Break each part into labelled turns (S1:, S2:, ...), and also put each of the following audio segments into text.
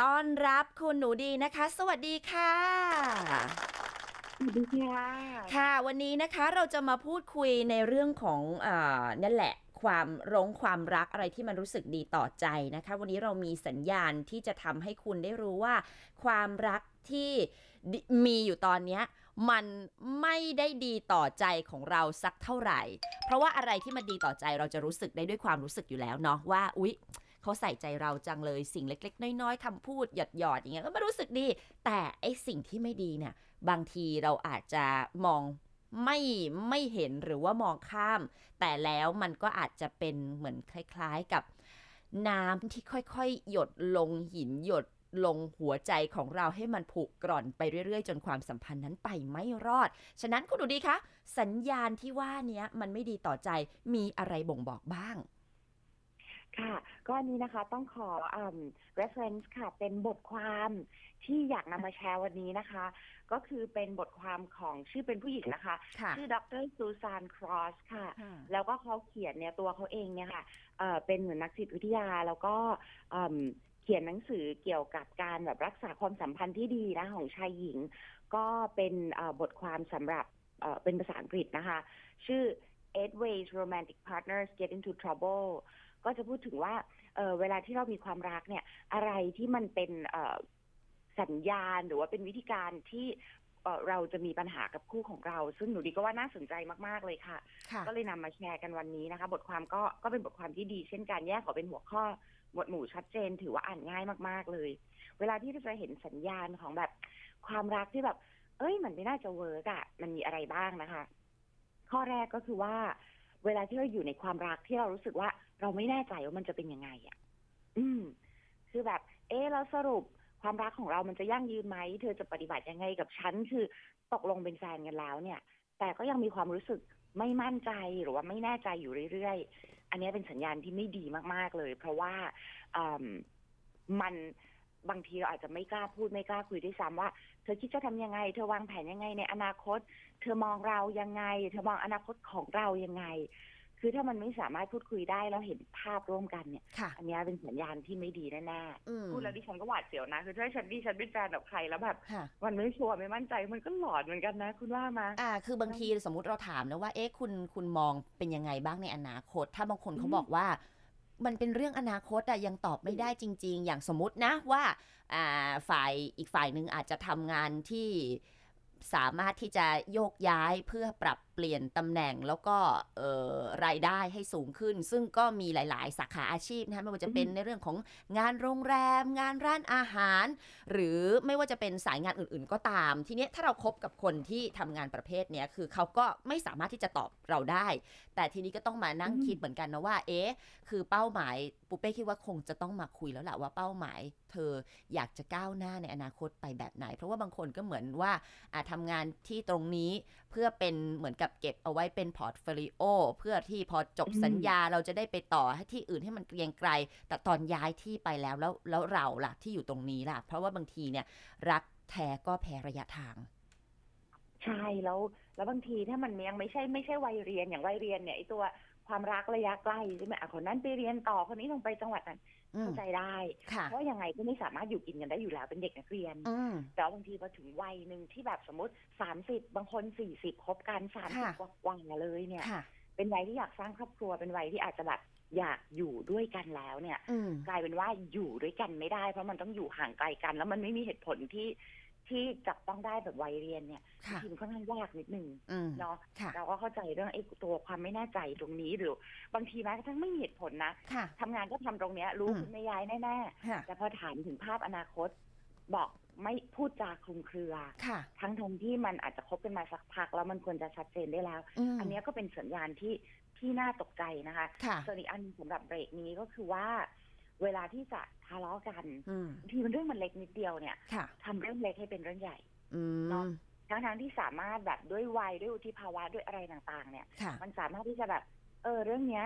S1: ต้อนรับคุณหนูดีนะคะ สวัสดีค่ะ
S2: สวัสดีค่ะ
S1: ค่ะ วันนี้นะคะเราจะมาพูดคุยในเรื่องของอานั่นแหละ ความร้งความรักอะไรที่มันรู้สึกดีต่อใจนะคะ วันนี้เรามีสัญญาณที่จะทำให้คุณได้รู้ว่า ความรักที่ดิมีอยู่ตอนเนี้ยมันไม่ได้ดีต่อใจของเราสักเท่าไหร่ เพราะว่าอะไรที่มันดีต่อใจเราจะรู้สึกได้ด้วยความรู้สึกอยู่แล้วเนาะว่าอุ๊ยเขาใส่ใจเราจังเลยสิ่งเล็ก ๆ น้อยๆคำพูดหยอดๆอย่างเงี้ยก็มารู้สึกดี แต่ไอสิ่งที่ไม่ดีเนี่ย บางทีเราอาจจะมองไม่ไม่เห็นหรือว่ามองข้าม แต่แล้วมันก็อาจจะเป็นเหมือนคล้ายๆกับ น้ำที่ค่อยๆ หยดลงหินหยดลงหัวใจของเราให้มันผุกร่อนไปเรื่อยๆ จนความสัมพันธ์นั้นไปไม่รอด ฉะนั้นคุณดูดีคะสัญญาณที่ว่าเนี้ยมันไม่ดีต่อใจมีอะไรบ่งบอกบ้าง
S2: ค่ะ ก็อันนี้นะคะต้องขออ่ำ reference ค่ะ เป็นบทความที่อยากนำมาแชร์วันนี้นะคะ ก็คือเป็นบทความของชื่อเป็นผู้หญิงนะคะ
S1: ค่ะ
S2: ชื่อดรซูซานครอสค่ะ แล้วก็เขาเขียนเนี่ยตัวเขาเองเนี่ยค่ะเอ่อเป็นเหมือนนักจิตวิทยาแล้วก็เอิ่มเขียนหนังสือเกี่ยวกับการแบบรักษาความสัมพันธ์ที่ดีนะของชายหญิง ก็เป็นเอ่อบทความสำหรับเอ่อเป็นภาษาอังกฤษนะคะ ชื่อ Eight Ways Romantic Partners Get into Trouble ก็จะพูดถึงว่าเอ่อเวลาที่เรามีความรักเนี่ย อะไรที่มันเป็นเอ่อสัญญาณหรือว่าเป็นวิธีการที่เอ่อเราจะมีปัญหากับคู่ของเรา ซึ่งหนูดีก็ว่าน่าสนใจมาก ๆ เลยค่ะ
S1: ค่ะ
S2: ก็เลยนำมาแชร์กันวันนี้นะคะ บทความก็ก็เป็นบทความที่ดี เช่นกันแยกออกเป็นหัวข้อหมวดหมู่ชัดเจน ถือว่าอ่านง่ายมากๆเลย เวลาที่เราจะเห็นสัญญาณของแบบความรักที่แบบ เอ้ยมันไม่น่าจะเวิร์กอะมันมีอะไรบ้างนะคะ ข้อแรกก็คือว่า เวลาที่เราอยู่ในความรักที่เรารู้สึกว่า เราไม่แน่ใจว่ามันจะเป็นยังไงอะอืม คือแบบ เอ๊ะแล้วสรุปความรักของเรามันจะยั่งยืนไหมเธอจะปฏิบัติยังไงกับฉันคือตกลงเป็นแฟนกันแล้วเนี่ย แต่ก็ยังมีความรู้สึกไม่มั่นใจหรือว่าไม่แน่ใจอยู่เรื่อยๆ อันนี้เป็นสัญญาณที่ไม่ดีมากๆเลย เพราะว่าเอิ่มมันบางทีเราอาจจะไม่กล้าพูดไม่กล้าคุยด้วยซ้ำว่า เธอคิดจะทำยังไง เธอวางแผนยังไงในอนาคต เธอมองเรายังไง เธอมองอนาคตของเรายังไง คือถ้ามันไม่สามารถพูดคุยได้แล้วเห็นภาพร่วมกันเนี่ย
S1: ค่ะ
S2: อันนี้เป็นสัญญาณที่ไม่ดีแน่
S1: อืม
S2: ๆพูดแล้วดิฉันก็หวาดเสียวนะคือถ้าฉันดิฉันเป็นแฟนกับใครแล้วแบบ
S1: ค่ะ
S2: มันไม่ชัวร์ไม่มั่นใจมันก็หลอนเหมือนกันนะ คุณว่ามา
S1: อ่า คือบางทีสมมติเราถามนะว่า เอ๊ะ คุณ คุณมองเป็นยังไงบ้างในอนาคต ถ้าบางคนเขา
S2: อืม
S1: บอกว่า มันเป็นเรื่องอนาคตอะยังตอบไม่ได้จริง ๆ อย่างสมมตินะว่า อ่า ฝ่ายอีกฝ่ายหนึ่งอาจจะทำงานที่สามารถที่จะโยกย้ายเพื่อปรับเปลี่ยนตำแหน่งแล้วก็ เอ่อ รายได้ให้สูงขึ้น ซึ่งก็มีหลาย ๆ สาขาอาชีพนะคะไม่ว่าจะเป็น
S2: อืม
S1: ในเรื่องของงานโรงแรม งานร้านอาหาร หรือไม่ว่าจะเป็นสายงานอื่นๆก็ตาม ทีเนี้ยถ้าเราครบกับคนที่ทำงานประเภทเนี้ยคือเขาก็ไม่สามารถที่จะตอบเราได้ แต่ทีนี้ก็ต้องมานั่ง
S2: อืม
S1: คิดเหมือนกันนะว่า เอ๊ะ คือเป้าหมายปุเป้คิดว่าคงจะต้องมาคุยแล้วแหละว่าเป้าหมาย เธออยากจะก้าวหน้าในอนาคตไปแบบไหน เพราะว่าบางคนก็เหมือนว่าอาทำงานที่ตรงนี้เพื่อเป็นเหมือนกับเก็บเอาไว้เป็นพอร์ตโฟลิโอเพื่อที่พอจบ
S2: อืม
S1: สัญญาเราจะได้ไปต่อให้ที่อื่นให้มันเกรียงไกร แต่ตอนย้ายที่ไปแล้วแล้วแล้วเราล่ะที่อยู่ตรงนี้ล่ะ เพราะว่าบางทีเนี่ย รักแท้ก็แพ้ระยะทาง
S2: ใช่แล้ว แล้วบางทีถ้ามันยังไม่ใช่ไม่ใช่วัยเรียนอย่างวัยเรียนเนี่ยไอตัวความรักระยะใกล้ใช่ไหมอ่ะคนนั้นไปเรียนต่อคนนี้ลงไปจังหวัดนั้น
S1: อืม
S2: เข้าใจได้
S1: ค่ะ
S2: เพราะยังไงก็ไม่สามารถอยู่กินกันได้อยู่แล้วเป็นเด็กนักเรียน
S1: อืม
S2: แต่ว่าบางทีพอถึงวัยหนึ่งที่แบบสมมติสามสิบบางคนสี่สิบคบกันสามสิบ
S1: ค่ะ
S2: กว่าๆเลยเนี่ย
S1: ค่ะ
S2: เป็นวัยที่อยากสร้างครอบครัวเป็นวัยที่อาจจะแบบอยากอยู่ด้วยกันแล้วเนี่ย
S1: อืม
S2: กลายเป็นว่าอยู่ด้วยกันไม่ได้ เพราะมันต้องอยู่ห่างไกลกัน แล้วมันไม่มีเหตุผลที่ที่จับต้องได้แบบวัยเรียนเนี่ย
S1: ค่ะ
S2: ทีมนค่อนข้างยากนิดนึง
S1: อืม
S2: เนาะ
S1: ค่ะ
S2: เราก็เข้าใจเรื่องไอ้ตัวความไม่แน่ใจตรงนี้หรือ บางทีแม้กระทั่งไม่มีเหตุผลนะ
S1: ค่ะ
S2: ทำงานก็ทำตรงเนี้ย รู้
S1: อืม
S2: คุณไม่ย้ายแน่
S1: ค่ะ
S2: ๆแต่พอถามถึงภาพอนาคต บอกไม่พูดจาคลุมเครือ
S1: ค่ะ
S2: ทั้งทงๆที่มันอาจจะคบกันมาสักพักแล้วมันควรจะชัดเจนได้แล้ว
S1: อืม
S2: อันเนี้ยก็เป็นสัญญาณที่ที่น่าตกใจนะคะ
S1: ค่ะ
S2: ส่วนอีกอันสำหรับเบรกนี้ก็คือว่า เวลาที่จะทะเลาะกัน
S1: อืม
S2: บางทีมันเรื่องมันเล็กนิดเดียวเนี่ย
S1: ค่ะ
S2: ทำเรื่องเล็กให้เป็นเรื่องใหญ่
S1: อื
S2: เน
S1: ม
S2: อะ ทั้งทที่สามารถแบบด้วยวัยด้วยวุฒิภาวะด้วยอะไรต่างๆ เนี่ย
S1: ค่ะ
S2: มันสามารถที่จะแบบ เออเรื่องเนี้ย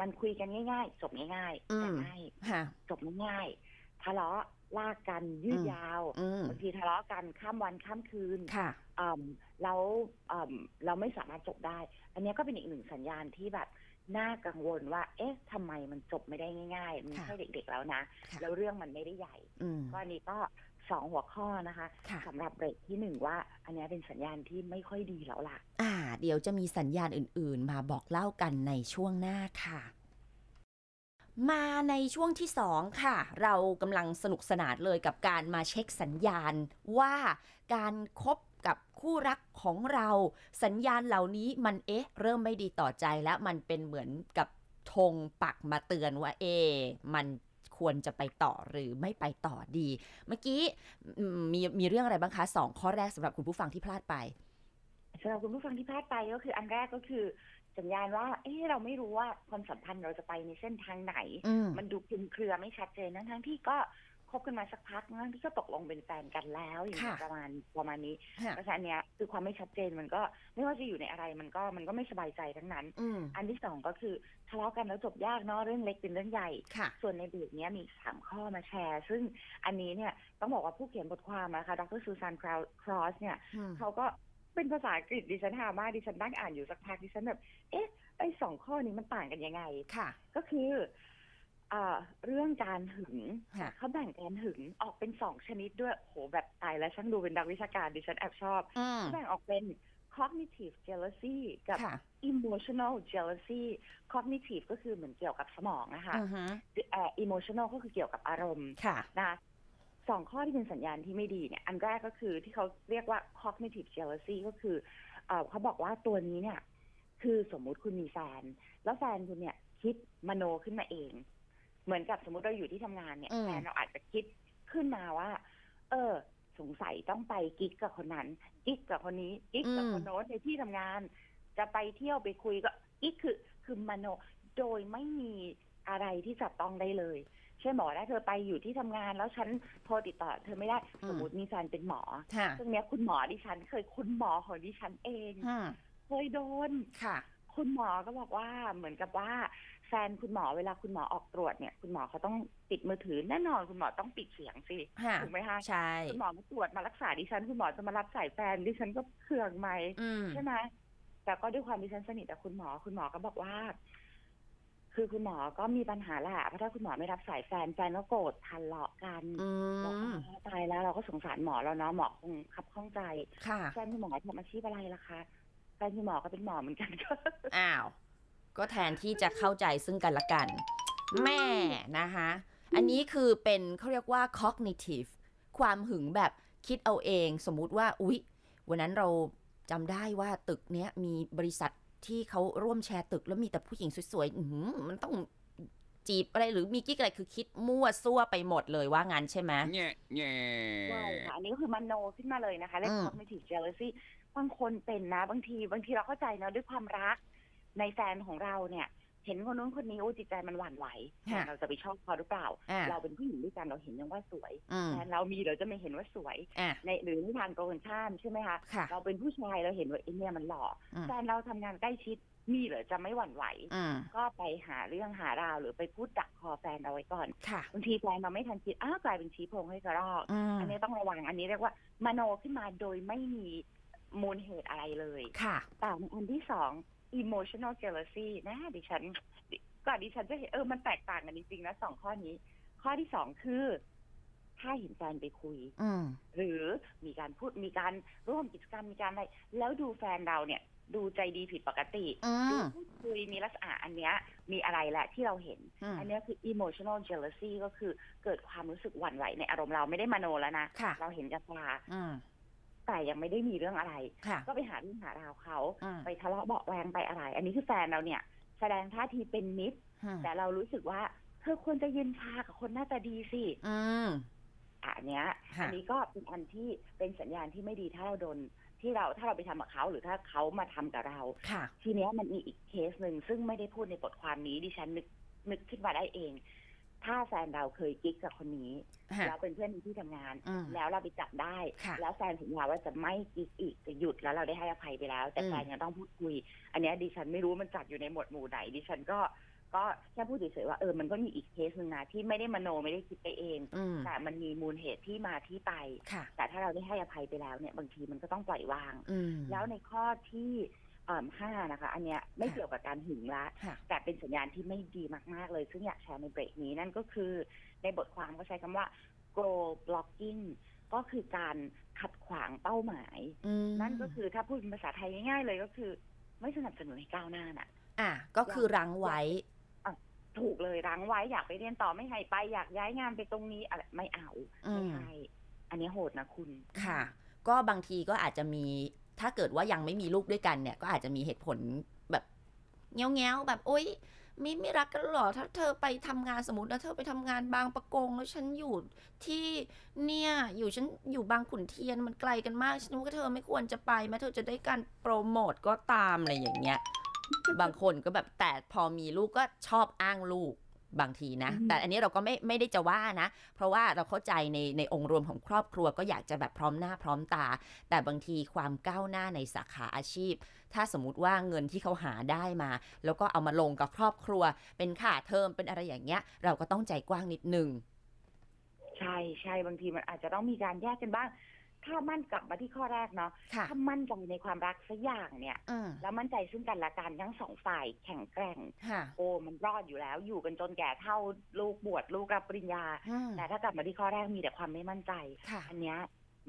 S2: มันคุยกันง่ายๆจบง่าย
S1: อื
S2: ๆแต่
S1: ม
S2: ไม่
S1: ค่ะ
S2: จบง่ายๆทะเลาะลากกันยืด
S1: อืม
S2: ยาว
S1: อืม
S2: บางทีทะเลาะกันข้ามวันข้ามคืน
S1: ค่ะ
S2: อืมแล้วอืมเราไม่สามารถจบได้ อันเนี้ยก็เป็นอีกหนึ่งสัญญาณที่แบบ น่ากังวลว่า เอ๊ะทำไมมันจบไม่ได้ง่ายๆ มันไม่ใช่เด็กๆแล้วนะ
S1: ค่ะ
S2: แล้วเรื่องมันไม่ได้ใหญ่
S1: อืม
S2: ก็อันนี้ก็สองหัวข้อนะคะ
S1: ค่ะ
S2: สำหรับเบรกที่หนึ่งว่า อันเนี้ยเป็นสัญญาณที่ไม่ค่อยดีแล้วล่ะ
S1: อ่า เดี๋ยวจะมีสัญญาณอื่น ๆ มาบอกเล่ากันในช่วงหน้าค่ะ มาในช่วงที่สองค่ะ เรากำลังสนุกสนานเลยกับการมาเช็คสัญญาณว่าการคบกับคู่รักของเรา สัญญาณเหล่านี้มันเอ๊ะ เริ่มไม่ดีต่อใจและมันเป็นเหมือนกับธงปักมาเตือนว่า เอ๊ะมันควรจะไปต่อหรือไม่ไปต่อดี เมื่อกี้อืมมีมีเรื่องอะไรบ้างคะสองข้อแรกสำหรับคุณผู้ฟังที่พลาดไป
S2: สำหรับคุณผู้ฟังที่พลาดไปก็คืออันแรกก็คือ สัญญาณว่า เอ๊ะเราไม่รู้ว่าความสัมพันธ์เราจะไปในเส้นทางไหน
S1: อืม
S2: มันดูคลุมเครือไม่ชัดเจนทั้งทั้งๆที่ก็คบกันมาสักพักทั้งที่ก็ตกลงเป็นแฟนกันแล้วอย่างเงี้ย
S1: ค่ะ
S2: ประมาณประมาณนี้
S1: ค่ะ
S2: เพราะฉะนั้นเนี้ยคือความไม่ชัดเจนมันก็ไม่ว่าจะอยู่ในอะไรมันก็มันก็ไม่สบายใจทั้งนั้น
S1: อืม
S2: อันที่สองก็คือทะเลาะกันแล้วจบยากเนาะเรื่องเล็กเป็นเรื่องใหญ่
S1: ค่ะ
S2: ส่วนในเบรกเนี้ยมีสามข้อมาแชร์ ซึ่งอันนี้เนี่ยต้องบอกว่าผู้เขียนบทความนะคะดรซูซานครอสเนี่ย
S1: อืม
S2: เขาก็เป็นภาษาอังกฤษดิฉันหามากดิฉันนั่งอ่านอยู่สักพักดิฉันแบบ เอ๊ะ ไอสองข้อนี้มันต่างกันยังไง
S1: ค่ะ
S2: ก็คือเอ่อเรื่องการหึง
S1: ค่ะ
S2: เขาแบ่งการหึงออกเป็นสองชนิดด้วยโหแบบตายแล้วช่างดูเป็นดักวิชาการดิฉันแอบชอบ
S1: อืม
S2: แบ่งออกเป็น cognitive jealousy กับ
S1: ค่ะ
S2: emotional jealousy cognitive ก็คือเหมือนเกี่ยวกับสมองนะคะ
S1: อือฮึ
S2: เอ่อ emotional ก็คือเกี่ยวกับอารมณ์
S1: ค่ะ
S2: นะคะสองข้อที่เป็นสัญญาณที่ไม่ดีเนี่ย อันแรกก็คือที่เขาเรียกว่า cognitive jealousy ก็คือเออเขาบอกว่าตัวนี้เนี่ย คือสมมุติคุณมีแฟน แล้วแฟนคุณเนี่ย คิดมโนขึ้นมาเอง เหมือนกับสมมติเราอยู่ที่ทำงานเนี่ย
S1: อืม
S2: แฟนเราอาจจะคิดขึ้นมาว่า เออ สงสัยต้องไปกิ๊กกับคนนั้น กิ๊กกับคนนี้ กิ๊กกับคนโน้นในที่ทำงาน จะไปเที่ยวไปคุยก็กิ๊กคือคือมโนโดยไม่มีอะไรที่จับต้องได้เลย ใช่หมอได้เธอไปอยู่ที่ทำงานแล้วฉันโทรติดต่อ เธอไม่ได้
S1: อืม
S2: สมมติมีแฟนเป็นหมอ
S1: ค่ะ
S2: ซึ่งเนี้ยคุณหมอดิฉัน เคยคุณหมอของดิฉันเอง
S1: อืม
S2: เคยโดน
S1: ค่ะ
S2: คุณหมอก็บอกว่าเหมือนกับว่าแฟนคุณหมอเวลาคุณหมอออกตรวจเนี่ย คุณหมอเขาต้องปิดมือถือแน่นอนคุณหมอต้องปิดเสียงสิ
S1: ค่ะ
S2: ถูกไหมคะ
S1: ใช่
S2: คุณหมอมาตรวจมารักษาดิฉัน คุณหมอจะมารับสายแฟนดิฉันก็เคืองไหม
S1: อืม
S2: ใช่ไหมแต่ก็ด้วยความที่ฉันสนิทกับคุณหมอ คุณหมอก็บอกว่า คือคุณหมอก็มีปัญหาแหละ เพราะถ้าคุณหมอไม่รับสายแฟนแฟนก็โกรธทันเลาะกัน
S1: อื
S2: บอก
S1: ม
S2: อ๋อตายแล้วเราก็สงสารหมอแล้วเนาะ หมอคงขับข้องใจ
S1: ค่ะ
S2: แฟนคุณหมอทำอาชีพอะไรล่ะคะ แฟนคุณหมอก็เป็นหมอเหมือนกัน ก็
S1: อ้าว ก็แทนที่จะเข้าใจซึ่งกันและกัน แม่นะคะ อันนี้คือเป็นเขาเรียกว่า cognitive ความหึงแบบคิดเอาเอง สมมุติว่า อุ๊ย วันนั้นเราจำได้ว่าตึกเนี้ยมีบริษัทที่เขาร่วมแชร์ตึกแล้วมีแต่ผู้หญิงสวยๆอื้อหือมันต้องจีบอะไรหรือมีกิ๊กอะไรคือคิดมั่วซั่วไปหมดเลยว่างั้นใช่ไหม
S3: nhẹ nhẹ
S2: ใช่ค่ะ อันนี้ก็คือมันโนขึ้นมาเลยนะคะเรื่อง
S1: อืม
S2: cognitive jealousy บางคนเป็นนะ บางที บางทีเราเข้าใจเนาะด้วยความรัก ในแฟนของเราเนี่ย เห็นคนนู้นคนนี้โอ้จิตใจมันหวั่นไหว
S1: ค่ะ
S2: เราจะไปชอบเขาหรือเปล่า
S1: อ่า
S2: เราเป็นผู้หญิงด้วยกันเราเห็นยังว่าสวย
S1: อืม
S2: แฟนเรามีเราจะไม่เห็นว่าสวย
S1: อ่า
S2: ในหรือในทางตรงกันข้ามใช่ไหมคะ
S1: ค่ะ
S2: เราเป็นผู้ชายเราเห็นว่าไอเนี่ยมันหล่ออ
S1: ม
S2: แฟนเราทำงานใกล้ชิดมีเหรือจะไม่หวั่นไหว
S1: อืม
S2: ก็ไปหาเรื่องหาราวหรือไปพูดดักคอแฟนเราไว้ก่อน
S1: ค่ะ
S2: บางทีแฟนเราไม่ทันคิดอ้าวกลายเป็นชี้โพรงให้กระรอก
S1: อืม
S2: อันนี้ต้องระวังอันนี้เรียกว่ามโนขึ้นมาโดยไม่มีมูลเหตุอะไรเลย
S1: ค่ะ
S2: แต่อันที่สอง emotional jealousy นะดิฉันก่อนดิฉันจะเห็นเออมันแตกต่างกันจริงๆนะสองข้อนี้ ข้อที่สองคือถ้าเห็นแฟนไปคุย
S1: อืม
S2: หรือมีการพูดมีการร่วมกิจกรรมมีการอะไร แล้วดูแฟนเราเนี่ย ดูใจดีผิดปกติ
S1: อื
S2: ดู
S1: ม
S2: พูดคุยมีลักษณะอันเนี้ยมีอะไรแหละที่เราเห็น
S1: อืม
S2: อันเนี้ยคือ emotional jealousy ก็คือเกิดความรู้สึกหวั่นไหวในอารมณ์เราไม่ได้มโนแล้วนะ
S1: ค่ะ
S2: เราเห็นกับตา
S1: อืม
S2: แต่ยังไม่ได้มีเรื่องอะไร
S1: ค่ะ
S2: ก็ไปหาเรื่องหาราวเขา
S1: อืม
S2: ไปทะเลาะเบาะแวงไปอะไร อันนี้คือแฟนเราเนี่ย แสดงท่าทีเป็นมิตร
S1: อืม
S2: แต่เรารู้สึกว่าเธอควรจะเย็นชากับคนหน้าตาดีสิ
S1: อืม
S2: อ่ะอันเนี้ย
S1: ค่ะ
S2: อันนี้ก็เป็นอันที่เป็นสัญญาณที่ไม่ดีถ้าเราโดนที่เราถ้าเราไปทำกับเขาหรือถ้าเขามาทำกับเรา
S1: ค่ะ
S2: ทีเนี้ยมันมีอีกเคสหนึ่งซึ่งไม่ได้พูดในบทความนี้ดิฉันนึกนึกขึ้นมาได้เอง ถ้าแฟนเราเคยกิ๊กกับคนนี้
S1: ค่ะ
S2: แล้วเป็นเพื่อนที่ทำงาน
S1: อืม
S2: แล้วเราไปจับได้
S1: ค่ะ
S2: แล้วแฟนสัญญาว่าจะไม่กิ๊กอีกจะหยุดแล้วเราได้ให้อภัยไปแล้ว แต่
S1: อืม
S2: แฟนยังต้องพูดคุย อันเนี้ยดิฉันไม่รู้มันจัดอยู่ในหมวดหมู่ไหนดิฉันก็ก็แค่พูดเฉยๆว่าเออมันก็มีอีกเคสหนึ่งนะที่ไม่ได้มโนไม่ได้คิดไปเอง
S1: อืม
S2: แต่มันมีมูลเหตุที่มาที่ไป
S1: ค่ะ
S2: แต่ถ้าเราได้ให้อภัยไปแล้วเนี่ยบางทีมันก็ต้องปล่อยวาง
S1: อืม
S2: แล้วในข้อที่ เอ่อห้านะคะ อันเนี้ยไม่
S1: ค่ะ
S2: เกี่ยวกับการหึงละ
S1: ค่ะ
S2: แต่เป็นสัญญาณที่ไม่ดีมาก ๆ เลย ซึ่งอยากแชร์ในเบรกนี้นั่นก็คือ ในบทความก็ใช้คำว่า go blocking ก็คือการขัดขวางเป้าหมาย
S1: อืม
S2: นั่นก็คือถ้าพูดเป็นภาษาไทยง่าย ๆ เลยก็คือ ไม่สนับสนุนให้ก้าวหน้าน่ะ
S1: อ่ะก็คือรั้งไว้
S2: ถูกเลยรั้งไว้อยากไปเรียนต่อไม่ให้ไปอยากย้ายงานไปตรงนี้อะไรไม่เอา
S1: อื
S2: ไม่
S1: ม
S2: ใช่อันนี้โหดนะคุณ
S1: ค่ะ ก็บางทีก็อาจจะมีถ้าเกิดว่ายังไม่มีลูกด้วยกันเนี่ย ก็อาจจะมีเหตุผลแบบเงี้ยวๆแบบโอ๊ยไม่ไม่รักกันหรอถ้าเธอไปทำงานสมมติแล้วเธอไปทำงานบางประกงแล้วฉันอยู่ที่เนี่ยอยู่ฉันอยู่บางขุนเทียนมันไกลกันมากฉันว่าเธอไม่ควรจะไปแม้เธอจะได้การโปรโมทก็ตามอะไรอย่างเงี้ย บางคนก็แบบแต่พอมีลูกก็ชอบอ้างลูกบางทีนะ
S2: อืม
S1: แต่อันนี้เราก็ไม่ไม่ได้จะว่านะ เพราะว่าเราเข้าใจในในองค์รวมของครอบครัวก็อยากจะแบบพร้อมหน้าพร้อมตา แต่บางทีความก้าวหน้าในสาขาอาชีพ ถ้าสมมติว่าเงินที่เขาหาได้มา แล้วก็เอามาลงกับครอบครัว เป็นค่าเทอมเป็นอะไรอย่างเงี้ย เราก็ต้องใจกว้างนิดนึง
S2: ใช่ใช่บางทีมันอาจจะต้องมีการแยกกันบ้าง ถ้ามั่นกลับมาที่ข้อแรกเนาะ
S1: ค่ะ
S2: ถ้ามั่นใจในความรักสักอย่างเนี่ย
S1: อืม
S2: แล้วมั่นใจซึ่งกันและกันทั้งสองฝ่ายแข็งแกร่ง
S1: ค่ะ
S2: โอ้มันรอดอยู่แล้ว อยู่กันจนแก่เท่าลูกบวชลูกรับปริญญา
S1: อืม
S2: แต่ถ้ากลับมาที่ข้อแรกมีแต่ความไม่มั่นใจ
S1: ค่ะ
S2: อันเนี้ย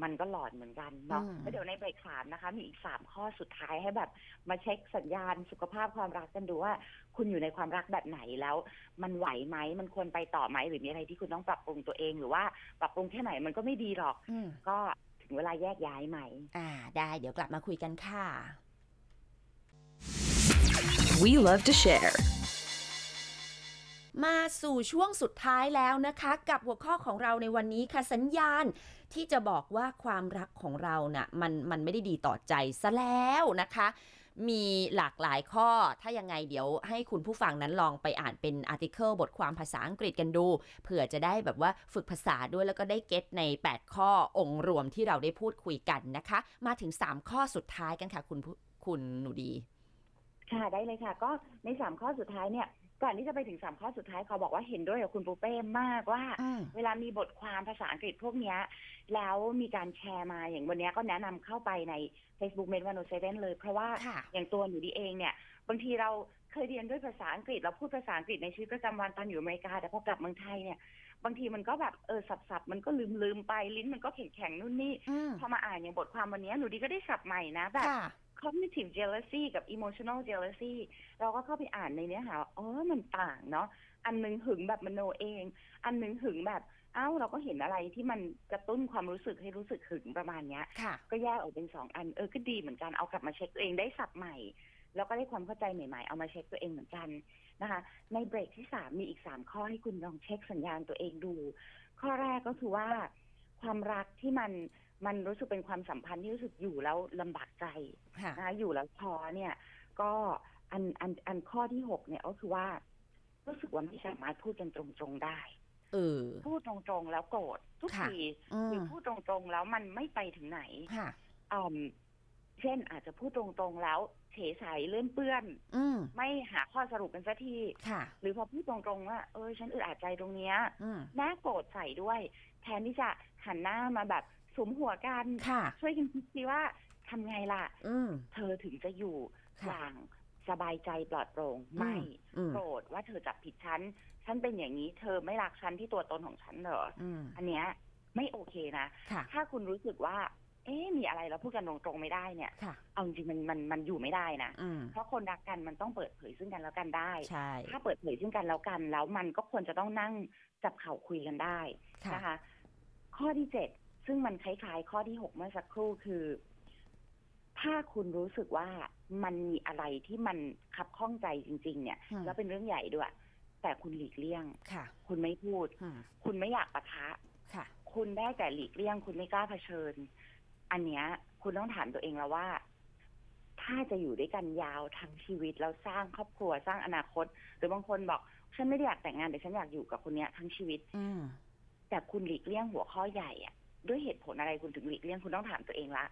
S2: มันก็หลอนเหมือนกันเนาะ
S1: อืม
S2: แล้วเดี๋ยวในเบรกสามนะคะ มีอีกสามข้อสุดท้ายให้แบบ มาเช็คสัญญาณสุขภาพความรักกันดูว่า คุณอยู่ในความรักแบบไหนแล้ว มันไหวไหมมันควรไปต่อไหมหรือมีอะไรที่คุณต้องปรับปรุงตัวเองหรือว่าปรับปรุงแค่ไหนมันก็ไม่ดีหรอก
S1: อืม
S2: ก็ถึงเวลาแยกย้ายไหม
S1: อ่าได้เดี๋ยวกลับมาคุยกันค่ะ
S3: We love to share.
S1: มาสู่ช่วงสุดท้ายแล้วนะคะ กับหัวข้อของเราในวันนี้ค่ะสัญญาณที่จะบอกว่าความรักของเราน่ะมันมันไม่ได้ดีต่อใจซะแล้วนะคะ มีหลากหลายข้อถ้ายังไงเดี๋ยวให้คุณผู้ฟังนั้นลองไปอ่านเป็นอาร์ติเคิลบทความภาษาอังกฤษกันดูเผื่อจะได้แบบว่าฝึกภาษาด้วยแล้วก็ได้เก็ตใน 8 ข้อองค์รวมที่เราได้พูดคุยกันนะคะ มาถึง 3 ข้อสุดท้ายกันค่ะคุณผู้คุณหนูดี
S2: ค่ะได้เลยค่ะ ก็ในสามข้อสุดท้ายเนี่ย ก่อนที่จะไปถึงสามข้อสุดท้ายเขาบอกว่าเห็นด้วยกับคุณปูเป้มากว่า เวลามีบทความภาษาอังกฤษพวกเนี้ย แล้วมีการแชร์มาอย่างวันเนี้ยก็แนะนำเข้าไปใน Facebook m e d 1 0 7เลย เพราะว่า
S1: ค่ะ
S2: อย่างตัวหนูดีเองเนี่ย บางทีเราเคยเรียนด้วยภาษาอังกฤษ เราพูดภาษาอังกฤษในชีวิตประจำวันตอนอยู่อเมริกา แต่พอกลับเมืองไทยเนี่ย บางทีมันก็แบบเออสับๆมันก็ลืมๆไปลิ้นมันก็แข็งๆนู่นนี่
S1: อืม
S2: พอมาอ่านอย่างบทความวันเนี้ยหนูดีก็ได้สับใหม่นะแบบ
S1: ค่ะ
S2: cognitive jealousy กับ emotional jealousy เราก็เข้าไปอ่านในเนื้อหาว่าเออมันต่างเนาะ อันหนึงหึงแบบมโนเอง อันหนึงหึงแบบเอ้าเราก็เห็นอะไรที่มันกระตุ้นความรู้สึกให้รู้สึกหึงประมาณเนี้ย
S1: ค่ะ
S2: ก็แยกออกเป็นสองอัน เออ ก็ดีเหมือนกัน เอากลับมาเช็คตัวเองได้สับใหม่ แล้วก็ได้ความเข้าใจใหม่ ๆ เอามาเช็คตัวเองเหมือนกันนะคะ ในเบรกที่สามมีอีกสามข้อให้คุณลองเช็คสัญญาณตัวเองดู ข้อแรกก็คือว่า ความรักที่มันมันรู้สึกเป็นความสัมพันธ์ที่รู้สึกอยู่แล้วลำบากใจ
S1: ค่ะ
S2: นะคะอยู่แล้วพอเนี่ยก็อันอันอันข้อที่หกเนี่ยก็คือว่า รู้สึกว่าไม่สามารถพูดกันตรงๆได้
S1: เออ
S2: พูดตรงๆแล้วโกรธทุก
S1: ค่ะ
S2: ที
S1: อื
S2: หรือ
S1: ม
S2: พูดตรงๆแล้วมันไม่ไปถึงไหน
S1: ค่ะ
S2: อืมเช่นอาจจะพูดตรงๆแล้วเฉยใสเลื่อนเปื้อน
S1: อืม
S2: ไม่หาข้อสรุปกันสักที
S1: ค่ะ
S2: หรือพอพูดตรงๆว่าเออฉันอึดอัดใจตรงเนี้ย
S1: อืม
S2: น่าโกรธใส่ด้วย แทนที่จะหันหน้ามาแบบสมหัวกัน
S1: ค่ะ
S2: ช่วยกันคิดสิว่าทำไงล่ะ
S1: อืม
S2: เธอถึงจะอยู่อ
S1: ค่ะ
S2: ย่างสบายใจปลอดโปร่งไม่
S1: อืม
S2: โกรธว่าเธอจับผิดฉัน ฉันเป็นอย่างนี้ เธอไม่รักฉันที่ตัวตนของฉันเหรอ
S1: อืม
S2: อันเนี้ยไม่โอเคนะ
S1: ค่ะ
S2: ถ้าคุณรู้สึกว่า เอ๊ะมีอะไรแล้วพูดกันตรงๆไม่ได้เนี่ย
S1: ค่ะ
S2: เอาจริงๆมันมันมันอยู่ไม่ได้นะ
S1: อืม
S2: เพราะคนรักกันมันต้องเปิดเผยซึ่งกันแล้วกันได้
S1: ใช่
S2: ถ้าเปิดเผยซึ่งกันแล้วกัน แล้วมันก็ควรจะต้องนั่งจับเข่าคุยกันได้
S1: ค่ะ
S2: นะคะข้อที่เจ็ดซึ่งมันคล้ายๆ ข้อที่หกเมื่อสักครู่คือ ถ้าคุณรู้สึกว่ามันมีอะไรที่มันขับข้องใจจริง ๆ เนี่ย
S1: อืม
S2: แล้วเป็นเรื่องใหญ่ด้วย แต่คุณหลีกเลี่ยง
S1: ค่ะ
S2: คุณไม่พูด
S1: อืม
S2: คุณไม่อยากปะทะ
S1: ค่ะ
S2: คุณได้แต่หลีกเลี่ยง คุณไม่กล้าเผชิญ อันเนี้ย คุณต้องถามตัวเองแล้วว่า ถ้าจะอยู่ด้วยกันยาวทั้งชีวิตแล้วสร้างครอบครัวสร้างอนาคต หรือบางคนบอก ฉันไม่ได้อยากแต่งงานแต่ฉันอยากอยู่กับคนเนี้ยทั้งชีวิต
S1: อืม
S2: แต่คุณหลีกเลี่ยงหัวข้อใหญ่อะด้วยเหตุผลอะไรคุณถึงหลีกเลี่ยงคุณต้องถามตัวเองละ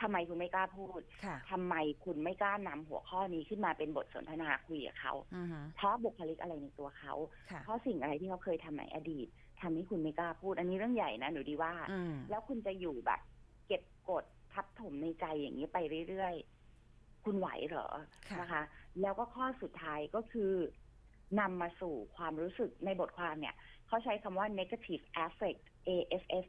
S2: ทำไมคุณไม่กล้าพูด
S1: ค่ะ
S2: ทำไมคุณไม่กล้านำหัวข้อนี้ขึ้นมาเป็นบทสนทนาคุยกับเขา
S1: อืมฮึ
S2: เพราะบุคลิกอะไรในตัวเขา
S1: ค่ะ
S2: เพราะสิ่งอะไรที่เขาเคยทำในอดีตทำให้คุณไม่กล้าพูด อันนี้เรื่องใหญ่นะหนูดีว่า
S1: อืม
S2: แล้วคุณจะอยู่แบบ เก็บกดทับถมในใจอย่างนี้ไปเรื่อย คุณไหวเหรอ
S1: ค่ะ
S2: นะคะ แล้วก็ข้อสุดท้ายก็คือนำมาสู่ความรู้สึกในบทความเนี่ยเขาใช้คำว่า negative affect AFF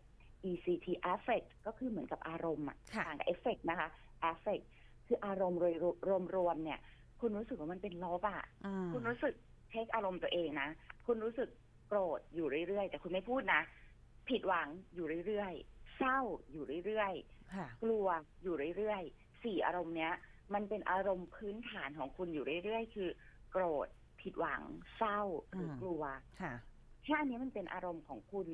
S2: ECT affect ก็คือเหมือนกับอารมณ์อะ
S1: ค่ะ
S2: ต่างกับ affect นะคะ affect คืออารมณ์รวมๆเนี่ย คุณรู้สึกว่ามันเป็นลบอะ
S1: อืม
S2: คุณรู้สึกเทคอารมณ์ตัวเองนะ คุณรู้สึกโกรธอยู่เรื่อยๆ แต่คุณไม่พูดนะ ผิดหวังอยู่เรื่อยๆ เศร้าอยู่เรื่อย
S1: ค่ะ
S2: ๆ กลัวอยู่เรื่อยๆ สี่อารมณ์เนี้ย มันเป็นอารมณ์พื้นฐานของคุณอยู่เรื่อยๆ คือ โกรธ ผิดหวัง เศร้าหรือ
S1: ม
S2: กลัว
S1: ค่ะ
S2: แค่อันนี้มันเป็นอารมณ์ของคุณ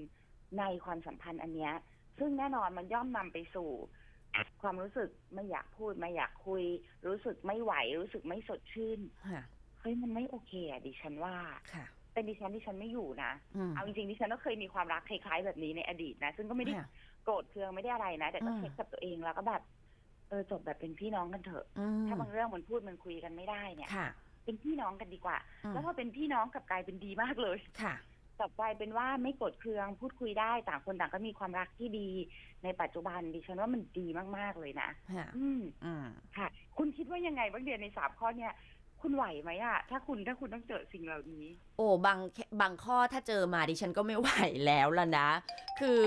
S2: ในความสัมพันธ์อันเนี้ย ซึ่งแน่นอนมันย่อมนำไปสู่ ความรู้สึกไม่อยากพูดไม่อยากคุย รู้สึกไม่ไหวรู้สึกไม่สดชื่น
S1: ค่ะ
S2: เฮ้ยมันไม่โอเคอะดิฉันว่า
S1: ค่ะ
S2: เป็นดิฉันดิฉันไม่อยู่นะ
S1: อืม
S2: เอาจริงๆดิฉันก็เคยมีความรักคล้ายๆแบบนี้ในอดีตนะ ซึ่งก็ไม่ได้
S1: ค่ะ
S2: โกรธเคืองไม่ได้อะไรนะ แต่ก็
S1: อืม
S2: เช็คกับตัวเองแล้วก็แบบ เออจบแบบเป็นพี่น้องกันเถอะ
S1: อืม
S2: ถ้าบางเรื่องมันพูดมันคุยกันไม่ได้เนี่ย
S1: ค่ะ
S2: เป็นพี่น้องกันดีกว่า
S1: อืม
S2: แล้วพอเป็นพี่น้องกลับกลายเป็นดีมากเลย
S1: ค่ะ
S2: กลับกลายเป็นว่าไม่โกรธเคืองพูดคุยได้ต่างคนต่างก็มีความรักที่ดี ในปัจจุบันดิฉันว่ามันดีมากๆเลยนะ
S1: ค่ะ
S2: อืม
S1: อืม
S2: ค่ะ คุณคิดว่ายังไงบ้างเดียนในสามข้อเนี่ยคุณไหวไหมอะถ้าคุณถ้าคุณต้องเจอสิ่งเหล่านี้
S1: โอ้บางบางข้อถ้าเจอมาดิฉันก็ไม่ไห วแล้วล่ะนะ คือ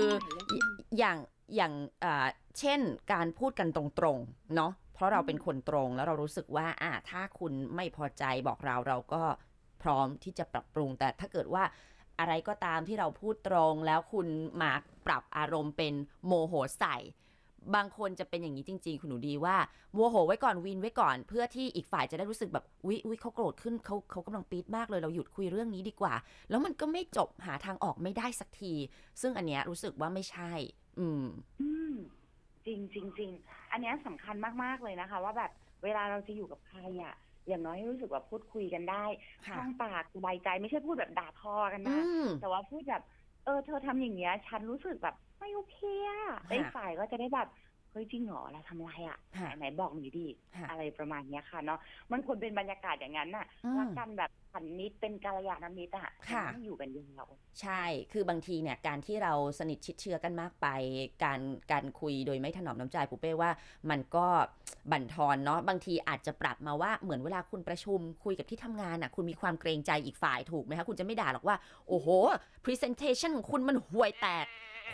S1: อ
S2: ม
S1: อย่างอย่างอ่าเช่นการพูดกันตรงๆเนาะเพราะเรา
S2: อืม
S1: เป็นคนตรงแล้วเรารู้สึกว่าอ่าถ้าคุณไม่พอใจบอกเราเราก็พร้อมที่จะปรับปรุง แต่ถ้าเกิดว่าอะไรก็ตามที่เราพูดตรงแล้วคุณมาปรับอารมณ์เป็นโมโหใส่ บางคนจะเป็นอย่างนี้จริง ๆ คุณหนูดีว่าโมโหไว้ก่อนวินไว้ก่อน เพื่อที่อีกฝ่ายจะได้รู้สึกแบบอุ๊ยอุ๊ยเขาโกรธขึ้นเขาเขากำลังปี๊ดมากเลยเราหยุดคุยเรื่องนี้ดีกว่า แล้วมันก็ไม่จบหาทางออกไม่ได้สักที ซึ่งอันเนี้ยรู้สึกว่าไม่ใช่ อืม
S2: อืมจริงจริงจริงอันเนี้ยสำคัญมาก ๆ เลยนะคะ ว่าแบบเวลาเราจะอยู่กับใครอะอย่างน้อยให้รู้สึกว่าพูดคุยกันได้
S1: ค่ะ
S2: ช่องปากสบายใจไม่ใช่พูดแบบด่าทอกัน
S1: อื
S2: นะ
S1: ม
S2: แต่ว่าพูดแบบ เออ เธอทำอย่างเงี้ย ฉันรู้สึกแบบไม่โอเคอะ
S1: ค่ะ
S2: ได้วอีกฝ่ายก็จะได้แบบเฮ้ยจริงเหรอเราทำอะไรอะ
S1: ค่ะ
S2: ไหนบอกหน่อยดี
S1: ค่ะ
S2: อะไรประมาณเนี้ยค่ะเนาะมันควรเป็นบรรยากาศอย่างนั้นน่ะ
S1: อื
S2: รั
S1: ม
S2: กกันแบบพันนิดเป็นกาลยาณมิตรอะ
S1: ค่ะ
S2: มันต้องอยู่กันยาว
S1: ใช่ คือบางทีเนี่ยการที่เราสนิทชิดเชื้อกันมากไป การการคุยโดยไม่ถนอมน้ำใจปูเป้ว่ามันก็บั่นทอนเนาะ บางทีอาจจะปรับมาว่าเหมือนเวลาคุณประชุมคุยกับที่ทำงานอ่ะ คุณมีความเกรงใจอีกฝ่ายถูกไหมคะ คุณจะไม่ด่าหรอกว่า โอ้โห presentation ของคุณมันห่วยแตก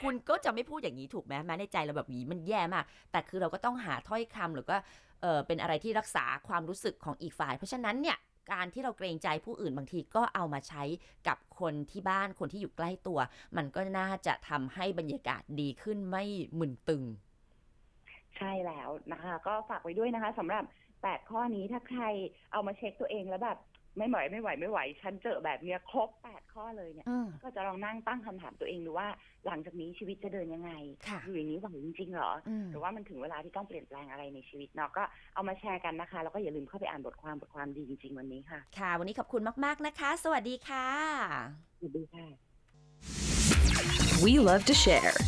S1: คุณก็จะไม่พูดอย่างนี้ถูกไหมแม้ในใจเราแบบนี้มันแย่มาก แต่คือเราก็ต้องหาถ้อยคำหรือก็เออเป็นอะไรที่รักษาความรู้สึกของอีกฝ่าย เพราะฉะนั้นเนี่ยการที่เราเกรงใจผู้อื่นบางทีก็เอามาใช้กับคนที่บ้านคนที่อยู่ใกล้ตัว มันก็น่าจะทำให้บรรยากาศดีขึ้นไม่มึนตึง
S2: ใช่แล้วนะคะ ก็ฝากไว้ด้วยนะคะสำหรับ 8 ข้อนี้ถ้าใครเอามาเช็คตัวเองแล้วแบบ ไม่ไหวไม่ไหวไม่ไหว ฉันเจอแบบเนี้ยครบ 8 ข้อเลยเนี่ย
S1: อืม
S2: ก็จะลองนั่งตั้งคำถามตัวเองดูว่า หลังจากนี้ชีวิตจะเดินยังไง
S1: ค่ะ
S2: อยู่อย่างนี้ไหวจริงๆเหรอ
S1: อืม
S2: หรือว่ามันถึงเวลาที่ต้องเปลี่ยนแปลงอะไรในชีวิตเนาะก็เอามาแชร์กันนะคะ แล้วก็อย่าลืมเข้าไปอ่านบทความบทความดีจริงๆวันนี้ค่ะ
S1: ค่ะ วันนี้ขอบคุณมาก ๆ นะคะ สวัสดีค่ะ
S2: สวัสดีค่ะ
S3: We love to share.